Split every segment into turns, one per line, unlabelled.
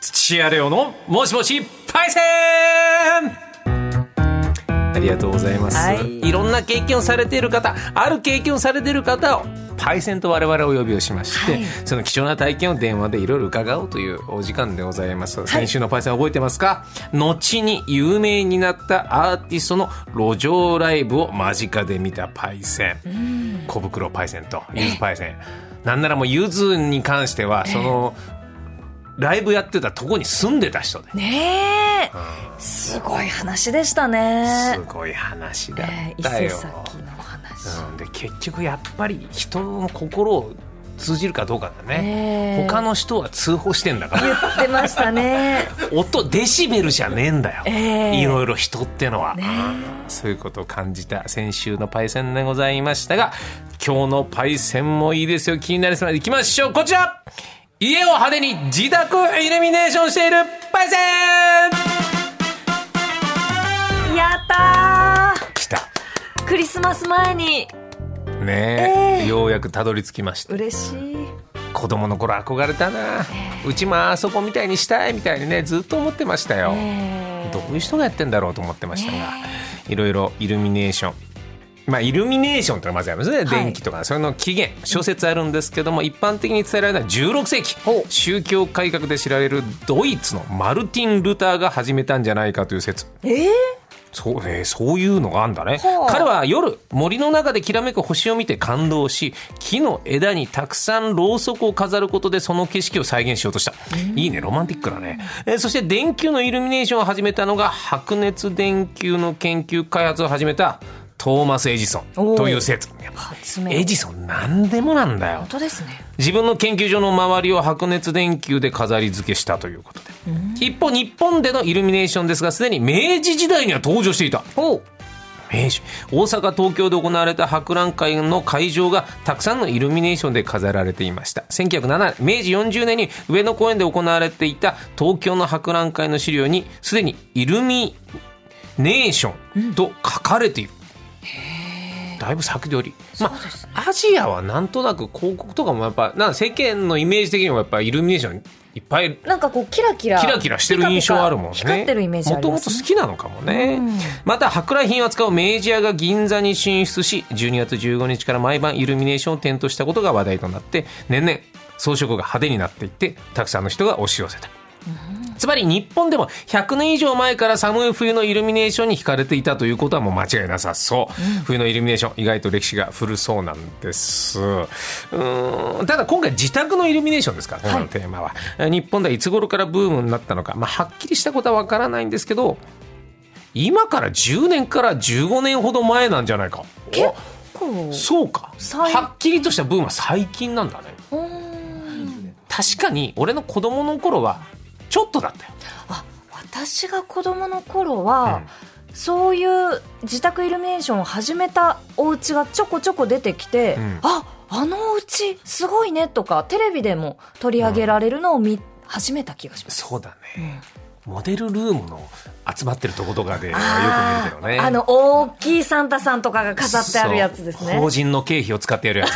土屋レオのもしもしパイセンありがとうございます、、
はいい
ろんな経験をされている方ある経験をされている方をパイセンと我々お呼びをしまして、
はい
その貴重な体験を電話でいろいろ伺おうというお時間でございます、先週のパイセン覚えてますか後に有名になったアーティストの路上ライブを間近で見たパイセン、小袋パイセンとゆずパイセンなんならもうゆずに関してはそのライブやってたとこに住んでた人で、
ねえ、すごい話でしたね
す。ごい話だっ
えー、伊
た
勢
よ、
崎の話。
うん、で結局やっぱり人の心を通じるかどうかだね、
ねえ
他の人は通報してんだから
言ってましたね。
音デシベルじゃねえんだよ、
ええ
いろいろ人ってのは、
ね
そういうことを感じた先週のパイセンでございましたが今日のパイセンもいいですよ気になりそうなのでいきましょうこちら家を派手に自宅をイルミネーションしているパイセン
えやった
来た
ー。クリスマス前に
ねえ
ええ
ようやくたどり着きました
嬉しい。
子供の頃憧れたな、うちもあそこみたいにしたいみたいにねずっと思ってましたよ、
え
どういう人がやってんだろうと思ってましたが、いろいろイルミネーションまあイルミネーションってのがまずありますね、電気とかそれの起源小説あるんですけども一般的に伝えられたのは16世紀宗教改革で知られるドイツのマルティン・ルターが始めたんじゃないかという説
ええ
そう,、えーそういうのがあんだね
ほう
彼は夜森の中できらめく星を見て感動し木の枝にたくさんろうそくを飾ることでその景色を再現しようとしたいいねロマンティックだね、えーそして電球のイルミネーションを始めたのが白熱電球の研究開発を始めたトーマス・エジソ
お
ン
ー
という説やっぱ
発明。
エジソン何でもなんだよ
本当ですね。
自分の研究所の周りを白熱電球で飾り付けしたということで一方日本でのイルミネーションですがすでに明治時代には登場していた明治大阪東京で行われた博覧会の会場がたくさんのイルミネーションで飾られていました1907年明治40年に上野公園で行われていた東京の博覧会の資料にすでにイルミネーションと書かれている、だいぶ先取り、
そ
ま
うですね
あ、アジアはなんとなく広告とかもやっぱなんか世間のイメージ的にもやっぱイルミネーションいっぱい
なんかこうキラキラ。
キラキラしてる印象あるもんね
ピカピカ光ってるイメージありま
もと
す、
もと
ね。
好きなのかもね、また舶来品を扱う明治屋が銀座に進出し12月15日から毎晩イルミネーションを点灯したことが話題となって年々装飾が派手になっていってたくさんの人が押し寄せた、つまり日本でも100年以上前から寒い冬のイルミネーションに惹かれていたということはもう間違いなさそう、冬のイルミネーション意外と歴史が古そうなんですうーんただ今回自宅のイルミネーションですからね、今のテーマはえ日本ではいつ頃からブームになったのか、まあ、はっきりしたことはわからないんですけど今から10年から15年ほど前なんじゃないか
結
お
構。
そうか
最
はっきりとしたブームは最近なんだね
うーん
確かに俺の子供の頃はちょっとだったよ
あ私が子供の頃は、そういう自宅イルミネーションを始めたお家がちょこちょこ出てきて、
うん
ああのお家すごいねとかテレビでも取り上げられるのを見、始めた気がします。
そうだね、モデルルームの集まってるとことかでよく見るけどね
あーあの大きいサンタさんとかが飾ってあるやつです
そう法
ね。
人の経費を使ってやる やつ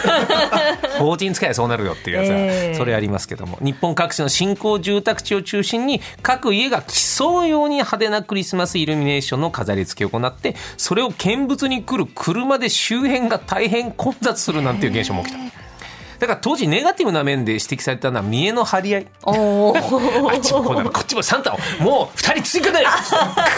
法人使えばそうなるよっていうやつは、
ええ
それありますけども日本各地の新興住宅地を中心に各家が競うように派手なクリスマスイルミネーションの飾り付けを行ってそれを見物に来る車で周辺が大変混雑するなんていう現象も起きた。だから当時ネガティブな面で指摘されたのは見栄の張り合い
おー
あっちもこうだろこっちもサンタをもう2人追加だよ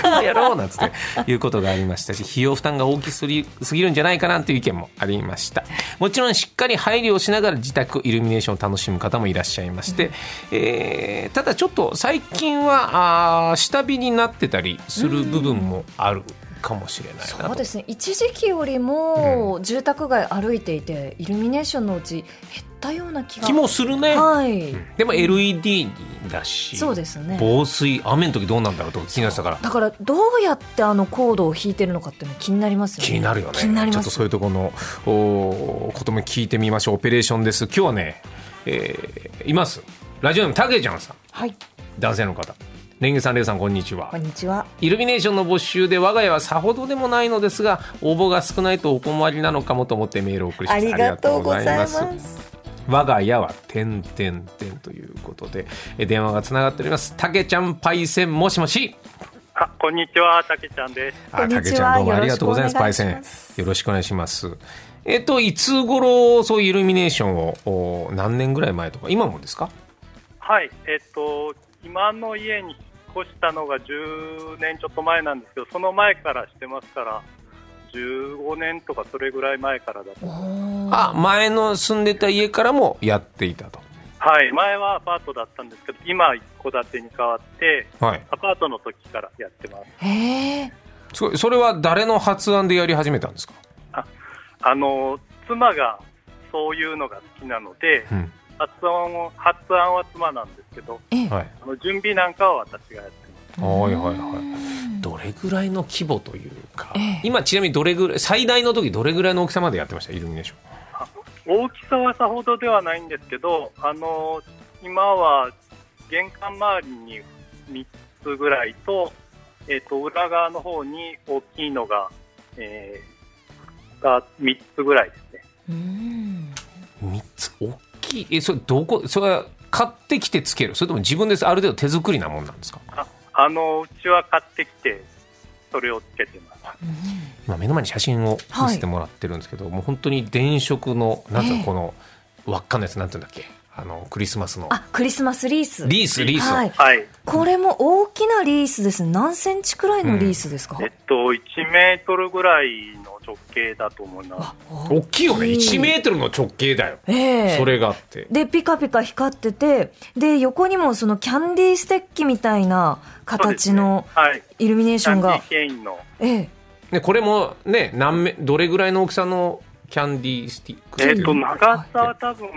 この野郎なんつっていうことがありま したし費用負担が大きすぎすぎるんじゃないかなという意見もありましたもちろんしっかり配慮をしながら自宅イルミネーションを楽しむ方もいらっしゃいまして、えーただちょっと最近はあー下火になってたりする部分もあるかもしれないなと
そうですね一時期よりも住宅街歩いていて、イルミネーションのうち減ったような気が
気もするね、
はい、
でも LED だし
そうですね
防水雨の時どうなんだろうとか気になってたから
だからどうやってあのコードを弾いてるのかっていうの気になりますよね
気になるよね
気になり
ちょ
ま
っと
す
そういうところのおーことも聞いてみましょうオペレーションです今日はね、えーいますラジオネームたけちゃんさん
はい
男性の方レンゲさんレイさんこんにちは
こんにちは
イルミネーションの募集で我が家はさほどでもないのですが応募が少ないとお困りなのかもと思ってメールをお送りしま
あ
す
りがとうございます
ありがとうございます我が家は点点点ということでえ電話がつながっておりますたけちゃんパイセンもしもし
あ、こんにちは、たけちゃんです。
あ
こんにちは
たけちゃんどうもありがとうございます
よ
パ
ろし
イ
く
セ
お願いしま
ン
す
よろしくお願いしますえっといつ頃そういうイルミネーションをお何年ぐらい前とか今もですか
はい、えっと、今の家に引っ越したのが10年ちょっと前なんですけど、その前からしてますから、15年とかそれぐらい前からだと。
あ前の住んでた家からもやっていたと
はい、前はアパートだったんですけど、今、一戸建てに変わって、
はい
アパートの時からやってます。
へえ
すごいそれは誰の発案でやり始めたんですか、
あの、妻がそういうのが好きなので、
うん
発案を、発案は妻なんですけど、
ええ
はい、
あの準備なんかは私がやってます。
はいはいはい
い
どれぐらいの規模というか、
ええ
今ちなみにどれぐらい最大の時どれぐらいの大きさまでやってましたイルミネーション
大きさはさほどではないんですけど、あの今は玄関周りに3つぐらいと、えっと裏側の方に大きいのが、えーが3つぐらいですね。
うん
3つ大きいえそれどこそれは買ってきてつけるそれとも自分ですある程度手作りなもんなんですか
あのうちは買ってきて、それをつけてます。
今目の前に写真を見せてもらってるんですけど、もう本当に電飾のなんていう
え
の
え
この輪っかのやつなんていうんだっけあのクリスマスの
あクリスマスリース
リースリース、
はい
はい、
これも大きなリースですね何センチくらいのリースですか、
えっと1メートルぐらいの直径だと思います
あ。お
大きいよね1メートルの直径だよ、
ええ
それがあって
でピカピカ光っててで横にもそのキャンディーステッキみたいな形の
そうですね、はい、
イルミネー
キ
シ
ャ
ョ
ン
ン
ディ
が
ー、ケインの
ええ
でこれもね何メどれぐらいの大きさのキャンディースティック
えっと
うん
長さは多分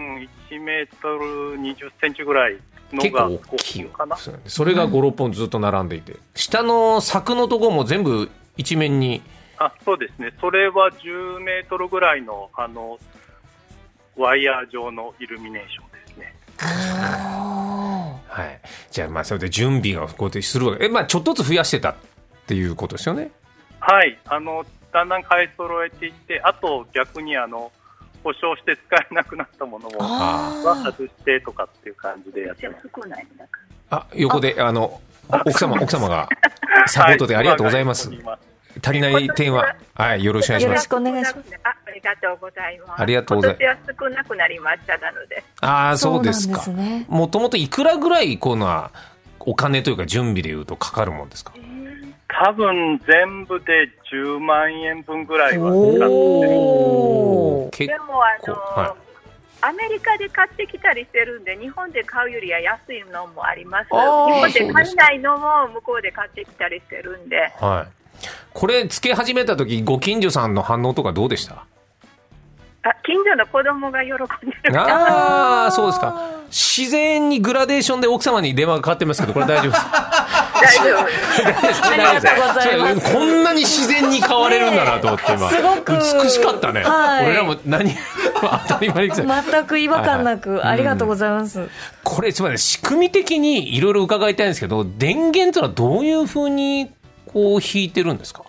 1メートル20センチぐらいの
結
が
構大きいよ
かな。
そうなんですそれが56本ずっと並んでいて下の柵のとこも全部一面に
あそうですね、それは10メートルぐらいのあのワイヤー状のイルミネーションですね。
あ
はいじゃあまあそれで準備がこうやってするわけえまあちょっとずつ増やしてたっていうことですよね
はい、あのだんだん買い揃えていって、あと逆にあの故障して使えなくなったものもは
あ
外してとかっていう感じでやってます。
あ横であの奥様奥様がサポートでありがとうございます、
はい
足りない点ははいよろしくお願いし
よ
ま
ろ
す
しくお願いします。
あありがとうございます。
ありがとうござい
今年は少なくなりましたなので。
ああそ
そ
う
うなん
で
です
すか
ね
もともといくらぐらいこうなお金というか準備でいうとかかるもんですか
多分全部で10万円分ぐらいは使って
お
る。
お
結
でもあの、
は
アメリカで買ってきたりしてるんで、日本で買うよりは安いのもあります。日
あー
本で買えないのも向こうで買ってきたりしてるんで。
はい。これつけ始めた時ご近所さんの反応とかどうでした？
あ近所の子供が喜んでる。
ああそうですか。自然にグラデーションで奥様に電話がかかってますけどこれ大丈夫ですか？
大丈
大
夫。
丈夫です
ありがとうございます
それこんなに自然に買われるんだなと思って今。
ねえすごく
美しかったね。
はい
俺らも何当たり前に来た。
全く違和感な
はい
く
はい
ありがとうございます、
これつまり仕組み的にいろいろ伺いたいんですけど電源とはどういう風にこう引いてるんですか？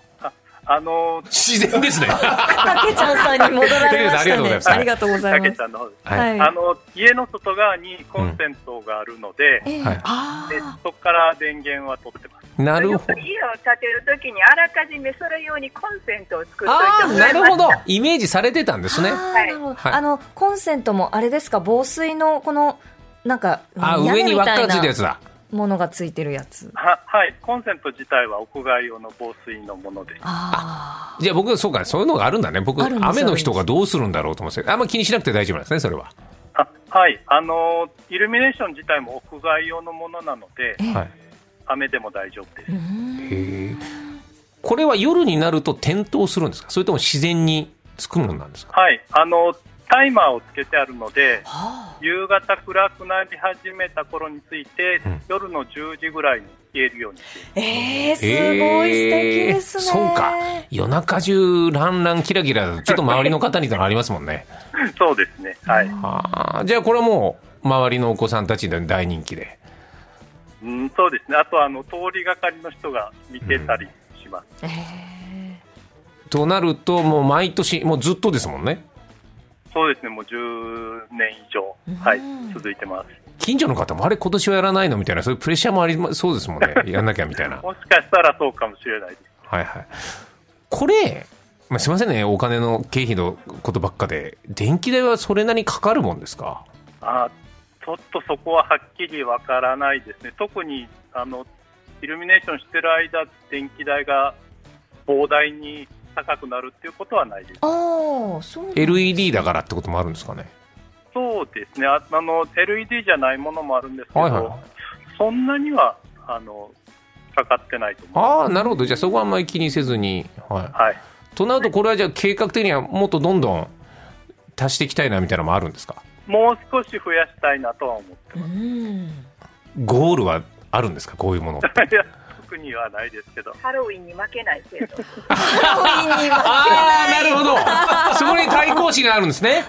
あの
自然です ね。
たけちゃんさんに戻られましたねあ
あ
り
り
がとうござ
た
いま
け
す
ちゃんの方です
は
はい。
い
あの家の外側にコンセントがあるので、
ええ
はい
あ
で
あ
そこから電源は取ってます。
なる
よ
ほど
く。家を建てるときにあらかじめそれ用にコンセントを作っとい
あ
て
あ
もら
ないる
ます
ほど。イメージされてたんですね。
あー
はい
なるほど
はい
あのコンセントもあれですか防水のこのなんか
あ、
屋
上
根
に
み
輪っか
たい
がついたや
な
つだ。
ものがついてるやつ
ははい、コンセント自体は屋外用の防水のもので、
あ
じゃあ僕、そうか、そういうのがあるんだね。僕、
あるんです
雨の日とかどうするんだろうと思ってたけど、あんま気にしなくて大丈夫なんですね、それは。
あはい、あのイルミネーション自体も屋外用のものなので、
え
はい。
雨でも大丈夫です
あ、う。ん
へえ。これは夜になると点灯するんですかそれとも自然につくものなんですか
はい、あのタイマーをつけてあるので、
は
夕方暗くなり始めた頃について、
うん
夜の10時ぐらいに消えるようにしています
あ、えー、すごい素敵ですね、
へえそうか。夜中中、ランランキラキラだと、ちょっと周りの方にとのありますもんね。
そうですね、はい
ああ、じゃあこれはもう、周りのお子さんたちに大人気で。
うん、そうですね、あとはあの通りがかりの人が見てたりします。
えー
となると、もう毎年、もうずっとですもんね。
そうですね、もう10年以上、はい、続いてます。
近所の方もあれ今年はやらないのみたいなそういうプレッシャーもありまそうですもんねやんなきゃみたいな
もしかしたらそうかもしれないです。
はいはいこれ、まあ、すいませんねお金の経費のことばっかで電気代はそれなりにかかるもんですか
あちょっとそこははっきりわからないですね、特にあのイルミネーションしてる間、電気代が膨大に高くなるっていうことはないです。
ああそうなんだ
LED だからってこともあるんですかね
そうですね、ああの LED じゃないものもあるんですけど、
はいはいはい
そんなにはあのかかってないと思いま
ああなるほどじゃあそこはあんまり気にせずに、はい
す。、はい
となるとこれはじゃあ計画的にはもっとどんどん足していきたいなみたいなのもあるんですか
もう少し増やしたいなとは思って
う
ま
ん
ゴールはあるんですかこういうものって
す。いや特にはないですけど、
ハロウィンに負けない程度。
ああなるほ どそこに対抗心があるんですね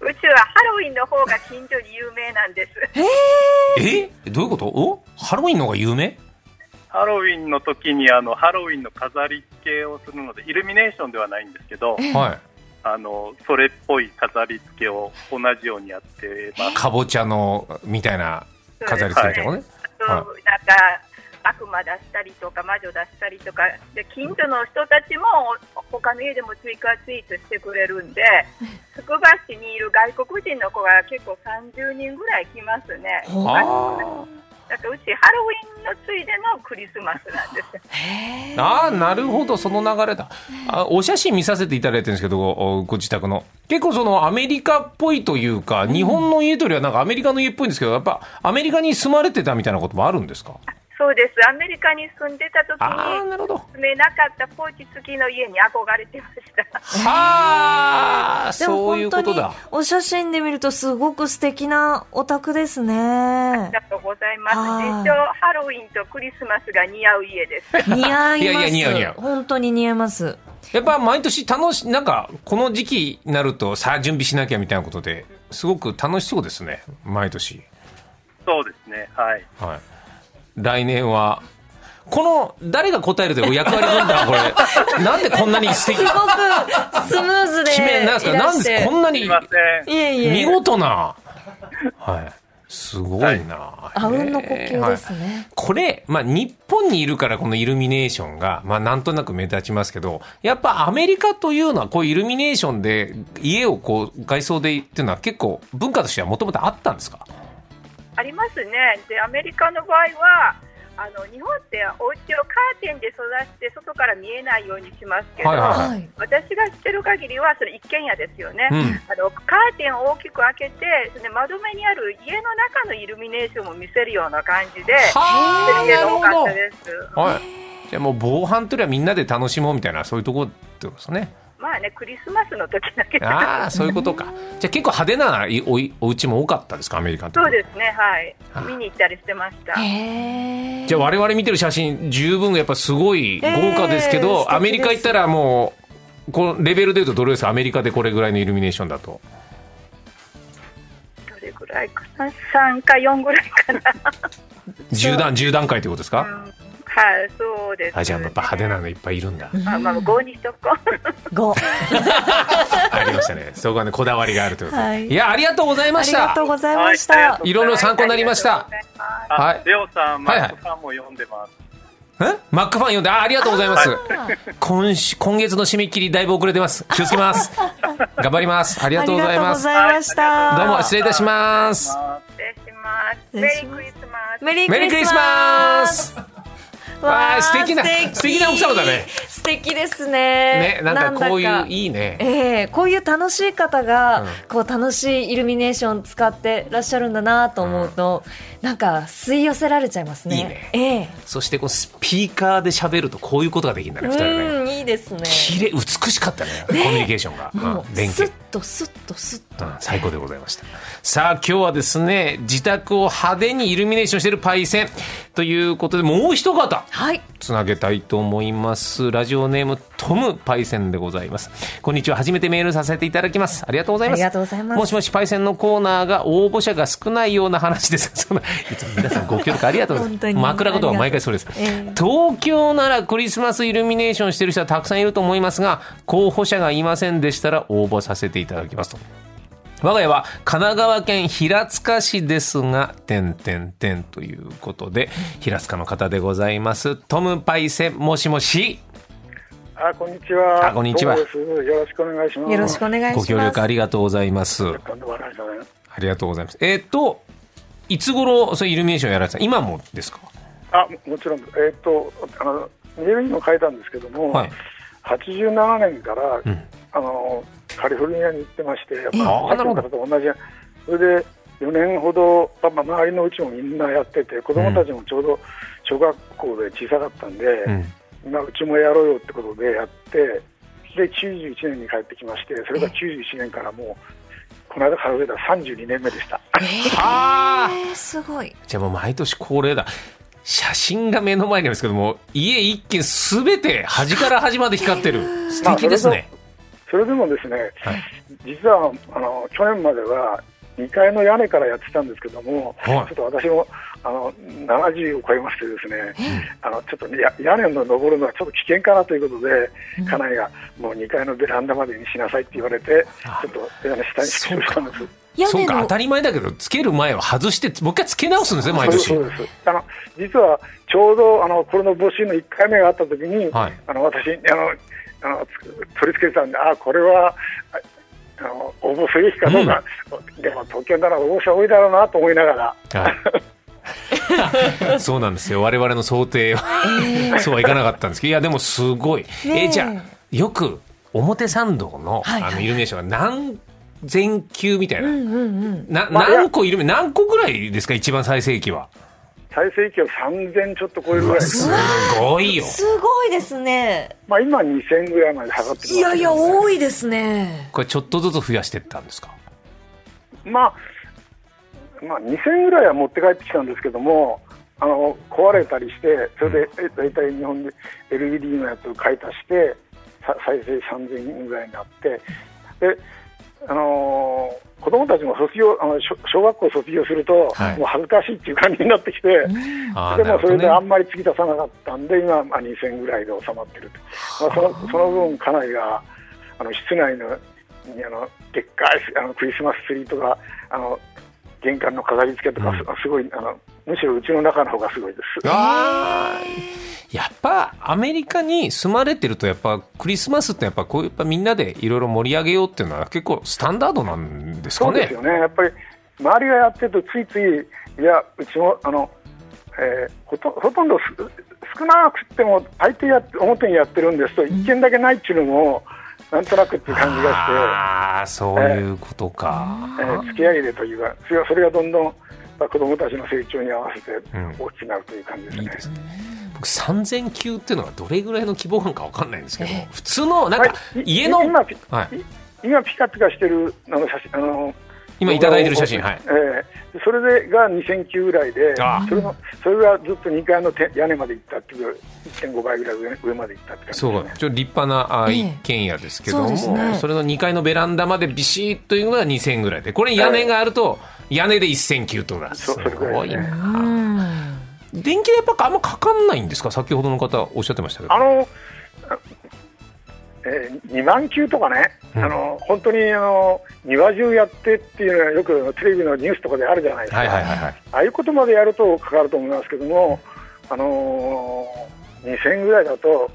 うちはハロウィンの方が近所に有名なんです。
えどういうことおハロウィンの方が有名
ハロウィンの時にあのハロウィンの飾り付けをするので、イルミネーションではないんですけど、
は
あのそれっぽい飾り付けを同じようにやってま
い
す。
かぼちゃのみたいな飾り付けとかね
そうなんか悪魔出したりとか魔女出したりとかで近所の人たちもお他の家でも追加ツイートしてくれるん でつくば市にいる外国人の子が結構30人ぐらい来ますね
あ
だからうちハロウィンのついでのクリスマスなんです
ーあーなるほどその流れだあお写真見させていただいてるんですけどごご自宅の結構そのアメリカっぽいというか日本の家というよりはなんかアメリカの家っぽいんですけどやっぱアメリカに住まれてたみたいなこともあるんですか
そうですアメリカに住んでた時
ああ
に
なるほど
住めなかったポーチ付きの家に憧れてました
はあ
でも
そうい
本
う
当
こ
に
とだ
お写真で見るとすごく素敵なお宅ですね
ありがとうございます
はい
一応ハロウィンとクリスマスが似合う家です
似合います
いやいや似合う似合う
本当に似合い ます
やっぱ毎年楽しなんかこの時期になるとさあ準備しなきゃみたいなことですごく楽しそうですね毎年
そうですね、はい。
はい来年はこの誰が答えるという役割分担はこ れなんでこんなに素敵
すごくスムーズで
決め
い
な
ら
ん
し
で
て
すかなんですこんな
す
に
みません。
いえいえ
見事なはいすごいな、
あうんの呼
へえ
吸
は
で
い
すね、
これ、まあ、日本にいるからこのイルミネーションが、まあ、なんとなく目立ちますけど、やっぱアメリカというのは、こうイルミネーションで、家をこう、外装でっていうのは結構、文化としてはもともとあったんですか
ありますね。で、アメリカの場合は、あの日本ってお家をカーテンで育して外から見えないようにしますけど、
はいはい
はい
私が知ってる限りはそれ一軒家ですよね。
うん。
あのカーテンを大きく開けて、それで窓辺にある家の中のイルミネーションも見せるような感じで、
はあ、
見せる
な
家
る
が多
ほ
かったです。
ど。はい。じゃあもう防犯というよりはみんなで楽しもうみたいな、そういうところってことですね。
まあね、クリスマスの時だけど。
ああ、そういうことか。じゃあ結構派手なおお家も多かったですか、アメリカって。
そうですね、はい
あ。
見に行ったりしてました。
へえ
じゃあ我々見てる写真十分やっぱすごい豪華ですけ
えー素
ど、
敵です
アメリカ行ったらもうこのレベルでいうとどれですかアメリカでこれぐらいのイルミネーションだと
どれぐらいかな、三か四ぐらいかな。
10段10段階ということです
う
か、
んはい、そうです、
あじゃあやっぱ派手なのいっぱいいるんだ
まあまあ、5にしとこう。
5
ありましたねそこはねこだわりがあるということで、、
はいい
やありがとうございま
あ
し
り
た
がとうございまし
はいありが
た
とう
いろいろ参考になりました
ありがとうございます
あ
はい
レオさん、マ
はいはい
ックさんも読んでます。
えマックファン読んであありがとうございます
あ
今週今月の締め切りだいぶ遅れてます気をつけます頑張りますありがとうございます
ありがとうございました
どうも失礼いたします
失礼します。
失礼し
メリー
ます
クリスマス。
メリー
メリー
ク
ク
リ
リ
ス
ス
マ
マ
ス
スわあ素敵な素敵な奥様だね
素敵です
ね
ね
なんかこうい
なん
う
だか
いいね
ええこういう楽しい方が、
うん
こう楽しいイルミネーション使ってらっしゃるんだなと思うと、なんか吸い寄せられちゃいますね
いいね
ええ
そしてこのスピーカーで喋るとこういうことができるんだね、二人ね。
うんいいですね
綺麗、美しかったね、コミュニケーションが。
も
うん
う
連
ス
携
ッ。とスッとスッ
う
と、
ん最高でございました。さあ、今日はですね、自宅を派手にイルミネーションしているパイセン。ということで、もう一方、
はい
つなげたいと思います。ラジオネーム、トムパイセンでございます。こんにちは。初めてメールさせていただきます。ありがとうございま
あ
す。
りがとうございます
もしもし、パイセンのコーナーが応募者が少ないような話です。 そんないつも皆さんご協力ありがとうござい
本
ま
当
す。
に
枕言は毎回そうです。
ええ
東京ならクリスマスイルミネーションしてる人はたくさんいると思いますが候補者がいませんでしたら応募させていただきますと我が家は神奈川県平塚市ですが、点点点ということで、平塚の方でございます。トムパイセン、もしもし。
あこんにちは。
あこんにちは
どうもですよろしくお願いします。
よろしくお願いします。
ご協力ありがとうございます。
今度笑いだね。
ありがとうございます。えっと、いつ頃、そういうイルミネーションやられてた今もですか
あももちろんえっ、とあのメールにも書いたんですけども、
はい。
87年から、
うん
あのカリフォルニアに行ってまして、
えあー
さっきの方と同じ。それで4年ほど、まあ、まあ周りのうちもみんなやってて、子供たちもちょうど小学校で小さかったんで、
うん。
まあうちもやろうよってことでやって、で91年に帰ってきまして、それが91年からもう。この間数えたら32年目でした。
あー
えー、すごい。
じゃあもう毎年恒例だ。写真が目の前にありますけども、家一軒すべて端から端まで光ってる。素敵ですね。
それでもですね、
はい
実はあの去年までは2階の屋根からやってたんですけども、
は
ちょっと私もあの70を超えましてですね、あのちょっとねや屋根の登るのはちょっと危険かなということで、家内がもう2階のベランダまでにしなさいって言われて、
あ
ちょっと屋根下にし
そう
て
か
たんです。
屋
そう
根
か、
の
当たり前だけど、つける前は外して、もう一回つけ直すんですね、毎年
そう。ですそうですあの実はちょうどあのこれの募集の1回目があった時に、
はい
あの私あのあのつ取り付けてたんであこれはああの応募すべきかどうか、でも東京なら応募者多いだろうなと思いながら
はい、そうなんですよ我々の想定はそうはいかなかったんですけどいやでもすごい、
ねえ
えじゃあよく表参道の,、
はいはい
あのイルミネーションが何全球みたいうな,、
んうんうん。
な
まあいや
何個イルミ何個ぐらいですか一番最盛期は
最盛期を3000ちょっと超えるぐらいです
すごいよ
すごいですね。
まあ今2000ぐらいまで下がってる
いやいや、
い
多いですね。
これちょっとずつ増やしてったんですか
まあまあ2000ぐらいは持って帰ってきたんですけどもあの壊れたりしてそれでえ大体日本で LED のやつを買い足してさ再生3000ぐらいになってであのー子供たちも卒業あの小小学校卒業すると、
はい
もう恥ずかしいっていう感じになってきて、
あー
で
なる
も
ほ
そ
どね
れであんまり突き出さなかったんで、今、まあ、2000ぐらいで収まってると、まあ、そのその分、家内があの室内のにあのでっかいあのクリスマスツリーとか、あの玄関の飾り付けとか、
うん
すすごいあの、むしろうちの中の方がすごいです。
あーやっぱアメリカに住まれてるとやっぱクリスマスってやっぱこうやっぱみんなでいろいろ盛り上げようっていうのは結構スタンダードなんです
そ
か
う
ね
ですよね、やっぱり周りがやってると、ついつい、いや、うちもあの、えーほとほとんどす少なくっても、相手やっ表にやってるんですと、一件だけないっていうのも、なんとなくっていう感じがして。
ああそういうことか、
えー、付き合いでというか、それがそれがどんどん、まあ、子どもたちの成長に合わせて
ん
大きくなるという感じです
いい
ね。
ですね僕3000球っていうのがどれぐらいの規模感かわかんないんですけど
え
普通のなんか
はいい
家の、
今ピ
はい、
今ピカピカしてるあの写真あの
今いただいてる写真はい
えーそれでが2000球ぐらいで
ああ
それのそれがずっと2階のて屋根まで行ったっていう1.5倍ぐらい上上まで行ったって感じです
そう
ね
かちょっと立派なあー
ええ
一軒家ですけども、
そうですね
れの2階のベランダまでビシッというのが2000ぐらいでこれ屋根があると屋根で1000球とかす
そうそれぐら
ご
い
い
ですね
う
な、
ん。
電気代やっぱあんまかかんないんですか先ほどの方おっしゃってましたけど
あのあえー、2万球とかね、
うん
あの本当にあの庭中やってっていうのはよくテレビのニュースとかであるじゃないですか、
はいはいはいはい
ああいうことまでやるとかかると思いますけども、あのー、2000ぐらいだと、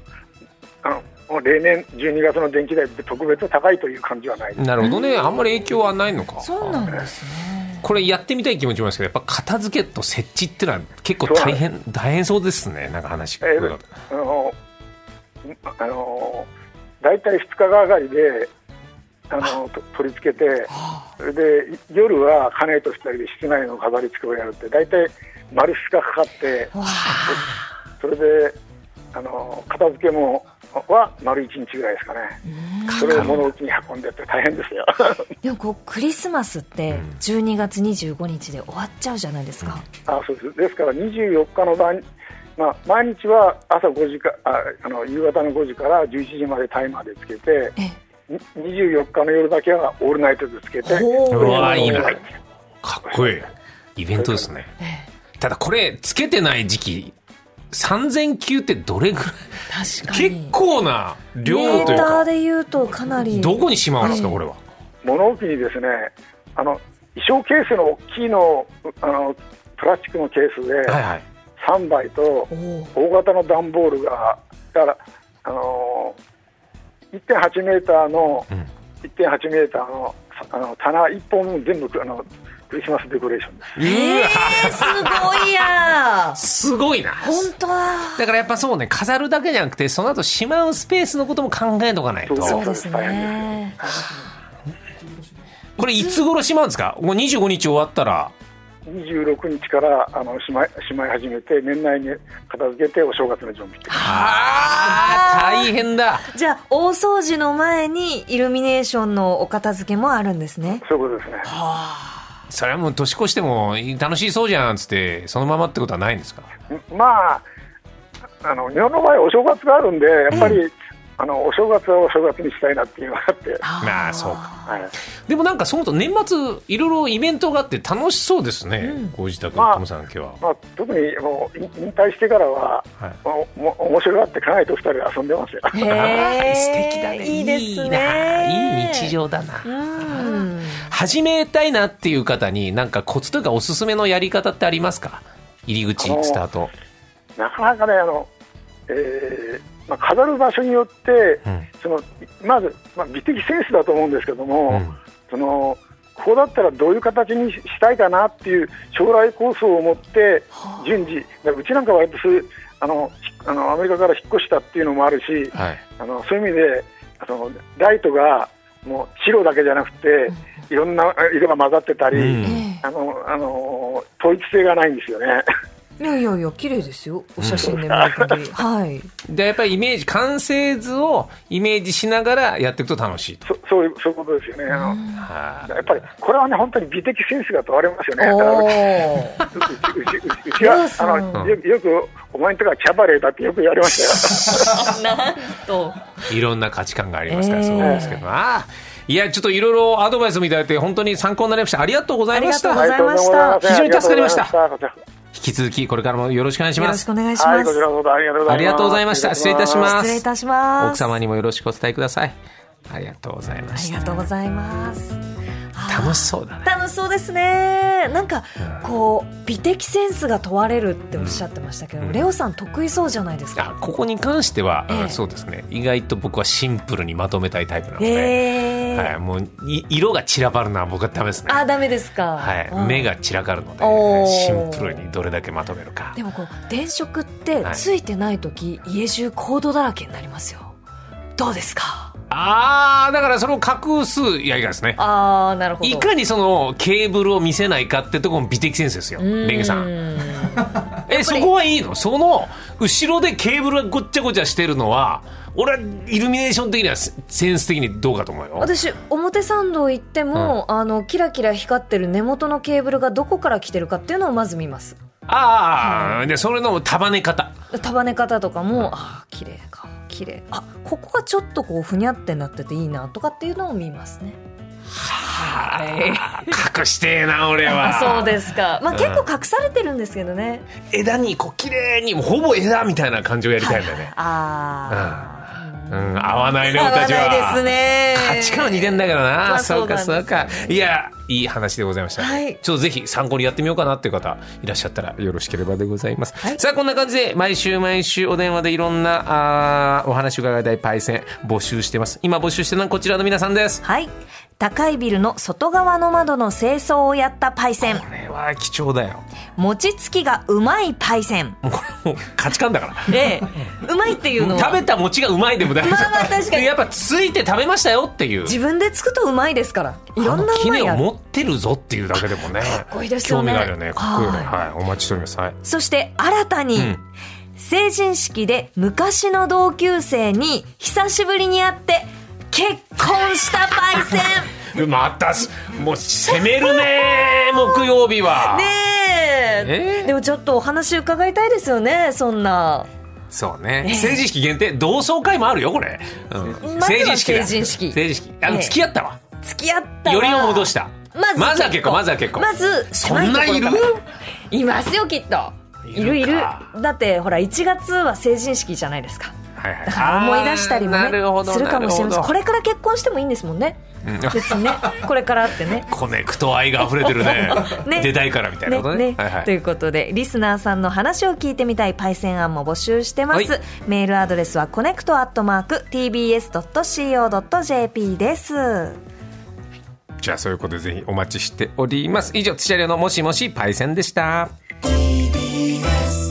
あのもう例年12月の電気代って特別高いという感じはないです。
なるほどねあんまり影響はないのか
そうなんですね。
これやってみたい気持ちもありますけどやっぱ片付けと設置ってのは結構大変大変そうですねなんか話聞
え
くと
あのーあのー、大体2日が上がりで、あのーと取り付けて、それでい夜は家内と2人で室内の飾り付けをやるって、大体丸2日かかって、
わ
それで、あのー片付けもは丸1日ぐらいですかね。それを物置に運んでって大変ですよ。
でもこうクリスマスって12月25日で終わっちゃうじゃないですか、
あそうですですから24日の晩、まあ、毎日は朝5時かああの夕方の5時から11時までタイマーでつけて
え
に24日の夜だけはオールナイトでつけて
ほ
うわいいな
はい
かっこいいイベントですねただこれつけてない時期3000球ってどれぐらい
確かに
結構な量
メー
という
ター
か
で言うとかなり
どこにしまうんですかこれは
物置にですねあの衣装ケースの大きいのをあのプラスチックのケースで
はいはい。
3枚と
おー
大型の段ボールがだからあのー1.8メーターの
うん
1.8メーターのさあの棚1本分全部あのクリスマスデコレーションです。
う
え
わ
ー、すごいやー
すごいな。
本当だ
だからやっぱそうね、飾るだけじゃなくて、その後しまうスペースのことも考えとかないと。
そ
そうう
で
ですす
大
ね
これいつ頃しまうんですかもう25日終わったら。
26日からあのしまいしまい始めて年内に片付けてお正月の準備
あー大変だ。
じゃあ大掃除の前にイルミネーションのお片付けもあるんですね
そういうことですね
それはもう年越しても楽しいそうじゃんっつって、そのままってことはないんですか
まあ、あの日本の場合、お正月があるんで、やっぱり、あのお正月はお正月にしたいなっていうのがあって、
まあそうか。
はい
でもなんかそのと年末いろいろイベントがあって楽しそうですね。
うん
ご自宅
ま
の
あ
トムさん今日は。
まあ、特にもう引引退してからは、
はい
もうもう面白がって、家内と二人で遊んでますよ。
へ
あ
え
ー素敵だね。
いいです
いな。
ね
いい日常だな。
うん
始めたいなっていう方になんかコツというかおすすめのやり方ってありますか入り口
あの
スタート、
なかなかね、あのえーまあ、飾る場所によって、
うん
そのまず、まあ、美的センスだと思うんですけども、
うん
そのこうだったらどういう形にしたいかなっていう将来構想を持って順次、だからうちなんか割とすあのひあのアメリカから引っ越したっていうのもあるし
はい、
あのそういう意味であのライトがもう白だけじゃなくていろんな色が混ざってたり、
うん
え
あのあの統一性がないんですよね。
えいやいやいや綺麗ですよお写真で見る限りはい
でやっぱりイメージ完成図をイメージしながらやっていくと楽しいと
そそういうそういうことですよね。あの
はい
やっぱりこれはね本当に美的センスが問われますよね。だからうち
おお
うちうちうちは
どうすんの
あのよよくお前んとこはキャバレーだってよく言われましたよ。
なんと
いろんな価値観がありますから
ええ
そうですけど、ああいやちょっといろいろアドバイスもいただいて本当に参考になりましたありがとうございまし
ありがとうございま
た
す
はいとんでもございません
非常に助かりました
あがとうございました
引き続きこれからもよろしくお願いし
よ
ま
ろし
す
くお願いし
は
ま
い、こち
す
らこそありがとうございます。
ありがとうございました失礼いたしま
失
す
礼いたします
奥様にもよろしくお伝えくださいありがとうございま
あり
し
がとうございます
た楽しそうだね
楽しそうですねなんかこう美的センスが問われるっておっしゃってましたけど、
うん
レオさん得意そうじゃないですか
あここに関しては、
ええ
うんそうですね意外と僕はシンプルにまとめたいタイプなの
へ
で、
え
はい、もうい色が散らばるのは僕はダメですね、
あダメですか、
はい
うん
目が散らかるので
おー
シンプルにどれだけまとめるか
でもこう電飾って
はい
ついてない時、家中コードだらけになりますよどうですか
ああだからそれを隠すやり方ですね
ああなるほど
いかにそのケーブルを見せないかってところも美的センスですよレンゲさん
ん
えそこはいいのその後ろでケーブルがごっちゃごちゃしてるのは俺はイルミネーション的にはセセンス的にどうかと思うよ
私表参道行っても、あのキラキラ光ってる根元のケーブルがどこから来てるかっていうのをまず見ます
ああ、でそれの束ね方
束ね方とかも、ああ綺麗か綺麗あここがちょっとこうふにゃってなってていいなとかっていうのを見ますねは
隠してえな俺
い
は
そうですかまあ
うん
結構隠されてるんですけどね
枝にこう綺麗にほぼ枝みたいな感じをやりたいんだよね、
ああ
うん合わないね俺
合
た
わ
ちは
ないですね
価値観は似てんだけどな、
まあ
そうか
そうな
そうん
です
かいやいい話でございました、
はい
ちょっとぜひ参考にやってみようかなっていう方いらっしゃったらよろしければでございます、
はい
さあこんな感じで毎週毎週お電話でいろんなあーお話伺いたいパイセン募集してます今募集してるのはこちらの皆さんです
はい高いビルの外側の窓の清掃をやったパイセン
これは貴重だ よ
餅つきがうまいパイセン
もうこれもう価値観だから
ええうまいっていうのは
食べた餅がうまいでも大丈夫、
まあまあ確かに
やっぱついて食べましたよっていう
自分でつくとうまいですからいろんな
あの
うま
記
い
念
あ
を
る
持ってるぞっていうだけでもねかっ
こいいですよ
興
ね
味があるよねかっこいいよねは、
はい
お待ちしておりますはい
そして新たに、
うん
成人式で昔の同級生に久しぶりに会って結婚したパイ セン
またすもう攻めるね木曜日は、
ねえ
ええ
でもちょっとお話伺いたいですよねそんな
そうね、成人式限定同窓会もあるよこれ、う
ま
ん
ずは
だ
成人式
成人式あの、
ええ
付き合ったわ
付き合ったら
よりを戻した
まず
まずは結婚まずは結婚
まず
そんないる
狭いところからいますよきっと
い
いるい
る
る
か
だってほら1月は成人式じゃないですか
はいはい
だから思い出したりも
あー
ね
なるほど
するかもしれません
なるほど
これから結婚してもいいんですもんね
うん
別 にねこれからってね
コネクト愛が溢れてるね
ね
出たいからみたいなことね
ねね
はいは
と
い
いうことでリスナーさんの話を聞いてみたいパイセン案も募集してます、
はい
メールアドレスはコネクトアットマーク TBS.CO.JP です
じゃあそういうことでぜひお待ちしております以上土屋レオのもしもしパイセンでした
TBS